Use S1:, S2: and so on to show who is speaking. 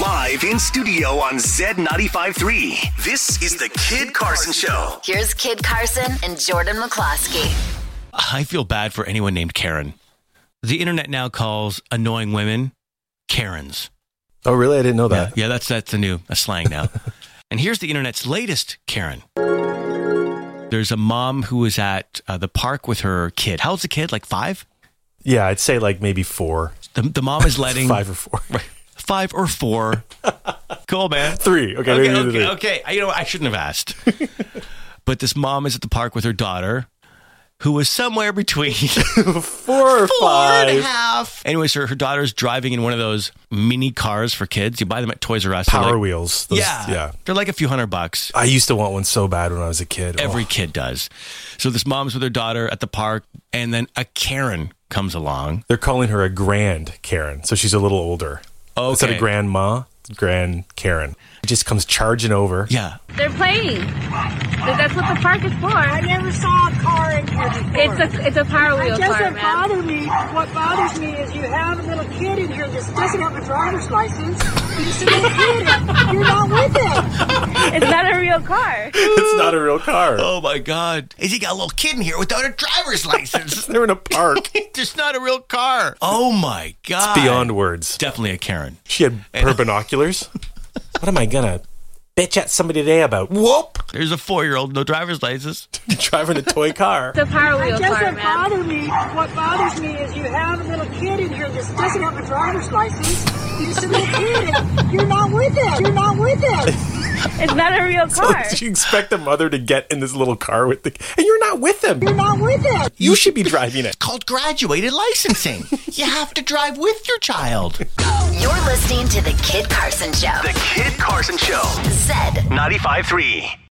S1: live in studio on Z95.3. This is the Kid Carson Show.
S2: Here's Kid Carson and Jordan McCloskey.
S3: I feel bad for anyone named Karen. The internet now calls annoying women Karens.
S4: Oh, really? I didn't know
S3: Yeah,
S4: that.
S3: yeah that's that's a new a slang now. and here's the internet's latest Karen. There's a mom who was at uh, the park with her kid. How's the kid? Like five?
S4: Yeah. I'd say like maybe four,
S3: The, the mom is letting
S4: five or four,
S3: five or four. cool, man.
S4: three. Okay,
S3: Okay,
S4: maybe
S3: okay,
S4: three.
S3: okay. I, you know, I shouldn't have asked. but this mom is at the park with her daughter, who was somewhere between
S4: four or
S3: four
S4: five.
S3: and a half. Anyways, her, her daughter's driving in one of those mini cars for kids. You buy them at Toys R Us. They're
S4: Power
S3: like,
S4: wheels. Those-
S3: yeah,
S4: Yeah.
S3: They're like a few hundred bucks.
S4: I used to want one so bad when I was a kid.
S3: Every
S4: Oh,
S3: kid does. So this mom's with her daughter at the park, and then a Karen comes along.
S4: they're calling her a grand Karen, so she's a little older.
S3: Okay.
S4: Instead of grandma, grand Karen. It just comes charging over.
S3: Yeah.
S5: They're playing. That- That's what the park is for.
S6: I never saw a car in here before.
S5: It's a it's a power wheel
S6: it
S5: car,
S6: doesn't
S5: man.
S6: bother me. What bothers me is you have a little kid in here that doesn't have a driver's license. It's a little kid. You're not with it.
S5: It's not a real car.
S4: It's not a real car.
S3: Oh my God! Is he got a little kid in here without a driver's license?
S4: They're in a park.
S3: Just not a real car. Oh my God!
S4: Beyond words.
S3: Definitely a Karen.
S4: She had her binoculars. what am I gonna bitch at somebody today about? Whoop!
S3: There's a four-year-old no driver's license.
S4: Driving a toy car.
S5: It's a power wheel
S6: It
S5: car,
S6: doesn't
S5: man.
S6: bother me. What bothers me is you have a little kid in here that doesn't have a driver's license. It's a little kid. You're not with it. You're not with it.
S5: It's not a real car.
S4: Do you expect a mother to get in this little car with the and you're not with them?
S6: You're not with it.
S4: You should be driving it.
S3: called graduated licensing. you have to drive with your child.
S2: You're listening to the Kid Carson Show.
S1: The Kid Carson Show.
S2: Said
S1: Ninety-five-three.